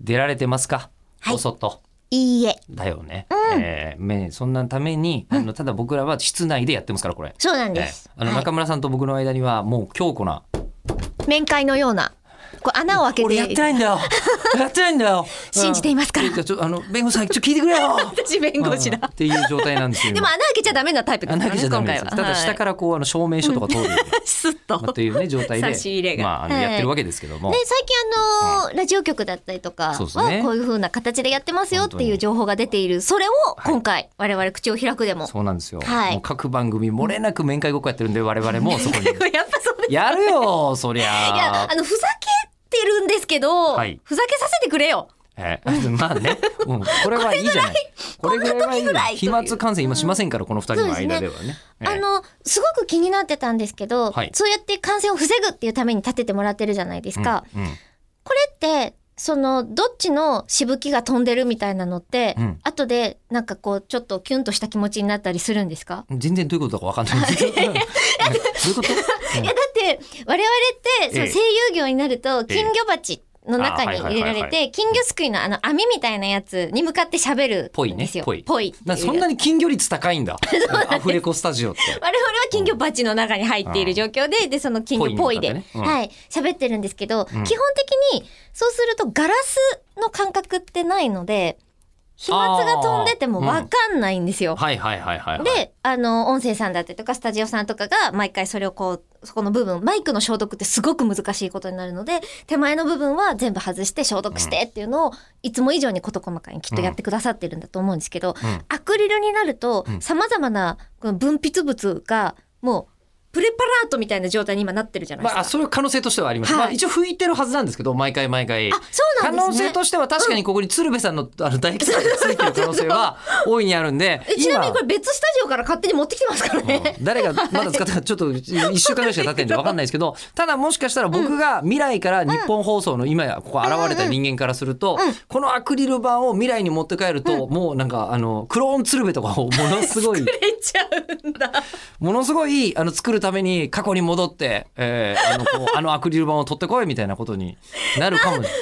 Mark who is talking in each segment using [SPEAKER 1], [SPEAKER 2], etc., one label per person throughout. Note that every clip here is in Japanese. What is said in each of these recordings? [SPEAKER 1] 出られてますか、
[SPEAKER 2] はい
[SPEAKER 1] お外
[SPEAKER 2] いいえ。
[SPEAKER 1] だよね、えーめそんなためにあのただ僕らは室内でやってますからこれ、
[SPEAKER 2] そうなん
[SPEAKER 1] え
[SPEAKER 2] です
[SPEAKER 1] ー。あの
[SPEAKER 2] はい
[SPEAKER 1] 中村さんと僕の間にはもう強固な
[SPEAKER 2] 面会のような、こう穴を開け
[SPEAKER 1] 俺やって
[SPEAKER 2] て、
[SPEAKER 1] ないんだよやってないんだよ
[SPEAKER 2] 信じていますから
[SPEAKER 1] うんちょっとあの弁護士さんちょっと聞いてくれ よ
[SPEAKER 2] 私弁護士
[SPEAKER 1] うん
[SPEAKER 2] だ
[SPEAKER 1] っ。ていう状態なんですよ
[SPEAKER 2] でも穴開けちゃダメなタイプですか
[SPEAKER 1] 穴
[SPEAKER 2] ら
[SPEAKER 1] 開けち
[SPEAKER 2] ね、
[SPEAKER 1] ゃダメ
[SPEAKER 2] 今
[SPEAKER 1] で
[SPEAKER 2] 回
[SPEAKER 1] す
[SPEAKER 2] は。。
[SPEAKER 1] ただ下かららこうあの証明書とか通る、
[SPEAKER 2] スッと。
[SPEAKER 1] まあ、というね状態で
[SPEAKER 2] 差し入れが
[SPEAKER 1] まあ、あの
[SPEAKER 2] はい
[SPEAKER 1] やってるわけですけども、
[SPEAKER 2] ね、最近あのーラジオ局だったりとか
[SPEAKER 1] そうですね
[SPEAKER 2] はこういう風な形でやってますよって
[SPEAKER 1] 本当
[SPEAKER 2] い
[SPEAKER 1] に
[SPEAKER 2] う情報が出ているそれを今回我々口を開くでも、
[SPEAKER 1] そうなんですよ、
[SPEAKER 2] はい
[SPEAKER 1] もう各番組漏れなく面会ごっこやってるんで我々もそこに
[SPEAKER 2] やっぱそうです
[SPEAKER 1] やるよそり
[SPEAKER 2] いや
[SPEAKER 1] ゃ
[SPEAKER 2] あのふざけてるんですけど、
[SPEAKER 1] はい
[SPEAKER 2] ふざけさせてくれよ
[SPEAKER 1] え ーまあね、うん、これはいいじゃないこれぐらいはいい
[SPEAKER 2] こんな時ぐらいという
[SPEAKER 1] 飛沫感染今しませんからこの二人の間ではねえー
[SPEAKER 2] あのすごく気になってたんですけど、
[SPEAKER 1] はい
[SPEAKER 2] そうやって感染を防ぐっていうために立ててもらってるじゃないですか、
[SPEAKER 1] うんうん
[SPEAKER 2] これってそのどっちのしぶきが飛んでるみたいなのって、
[SPEAKER 1] うん
[SPEAKER 2] 後でなんかこうちょっとキュンとした気持ちになったりするんですか
[SPEAKER 1] 全然どういうことだかわかんないですけどどういうこと
[SPEAKER 2] いやだって我々ってそ
[SPEAKER 1] え
[SPEAKER 2] の
[SPEAKER 1] え
[SPEAKER 2] 声優業になると金魚鉢の中に
[SPEAKER 1] あは
[SPEAKER 2] 入
[SPEAKER 1] いはいは
[SPEAKER 2] れ
[SPEAKER 1] いは
[SPEAKER 2] ら
[SPEAKER 1] い
[SPEAKER 2] れて金魚すくいのあの網みたいなやつに向かって喋る
[SPEAKER 1] ぽい
[SPEAKER 2] ん
[SPEAKER 1] ね
[SPEAKER 2] ですよ。
[SPEAKER 1] ぽい
[SPEAKER 2] ぽいっていう
[SPEAKER 1] なそんなに金魚率高いんだアフレコスタジオって
[SPEAKER 2] 我々は金魚鉢の中に入っている状況で、で、その金魚ぽいで、
[SPEAKER 1] ポイに向かってねうん
[SPEAKER 2] はい、喋ってるんですけど、基本的に、そうするとガラスの感覚ってないので、飛沫が飛んでてもわかんないんですよ。
[SPEAKER 1] はいはいはいはいはい
[SPEAKER 2] で、あの、音声さんだったりとか、スタジオさんとかが、毎回それをこう、そこの部分、マイクの消毒ってすごく難しいことになるので、手前の部分は全部外して消毒してっていうのを、いつも以上に事細かにきっとやってくださってるんだと思うんですけど、
[SPEAKER 1] うん
[SPEAKER 2] アクリルになると
[SPEAKER 1] ん、
[SPEAKER 2] 様々なこの分泌物が、もう、プレパラートみたいな状態に今なってるじゃないで
[SPEAKER 1] ますあ、
[SPEAKER 2] か。
[SPEAKER 1] あそれは可能性としてはあります。
[SPEAKER 2] はい
[SPEAKER 1] まあ、一応拭いてるはずなんですけど、毎回毎回。
[SPEAKER 2] あ、そうな
[SPEAKER 1] 可能
[SPEAKER 2] んですね。
[SPEAKER 1] 性としては確かにここに鶴瓶さんのあの唾液とかがついてる可能性は大いにあるんで
[SPEAKER 2] え、ちなみにこれ別スタジオから勝手に持ってきてますからね。
[SPEAKER 1] うん誰がまだ使ったかちょっと1週間ぐらいしか経ってんで分かんないですけどただもしかしたら僕が未来から日本放送の今やここ現れた人間からするとこのアクリル板を未来に持って帰るともうなんかあのクローン鶴瓶とかをものすご い
[SPEAKER 2] 出ちゃうんだ。
[SPEAKER 1] ものすごいあの作るために過去に戻ってえーあのこうあのアクリル板を取ってこいみたいなことになるかも。うん
[SPEAKER 2] 検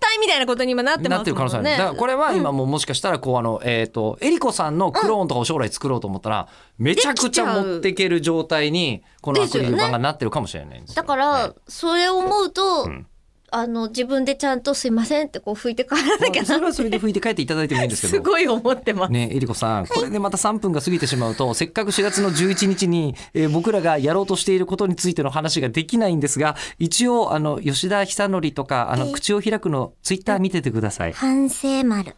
[SPEAKER 2] 体みたいなことに今なってますもんね。
[SPEAKER 1] なってる可能性ある、だからこれは今もうもしかしたらこうあのえっ、とエリコさんのクローンとかを将来作ろうと思ったらめちゃくちゃ持っていける状態にこのアクリル板がなってるかもしれないんですよ
[SPEAKER 2] だから、それを思うと、
[SPEAKER 1] うん
[SPEAKER 2] あの自分でちゃんと「すいません」ってこう拭いて帰らなき
[SPEAKER 1] ま
[SPEAKER 2] ゃ
[SPEAKER 1] あそれ
[SPEAKER 2] な
[SPEAKER 1] はそれで拭いて帰っていただいてもいいんですけ
[SPEAKER 2] す
[SPEAKER 1] ど。
[SPEAKER 2] ごい思ってます。
[SPEAKER 1] ねえ、えりこさん、これでまた3分が過ぎてしまうと、せっかく4月の11日に、えー僕らがやろうとしていることについての話ができないんですが、一応、あの、吉田久典とか、あの、口を開くの、ツイッター見ててください。
[SPEAKER 2] 反省丸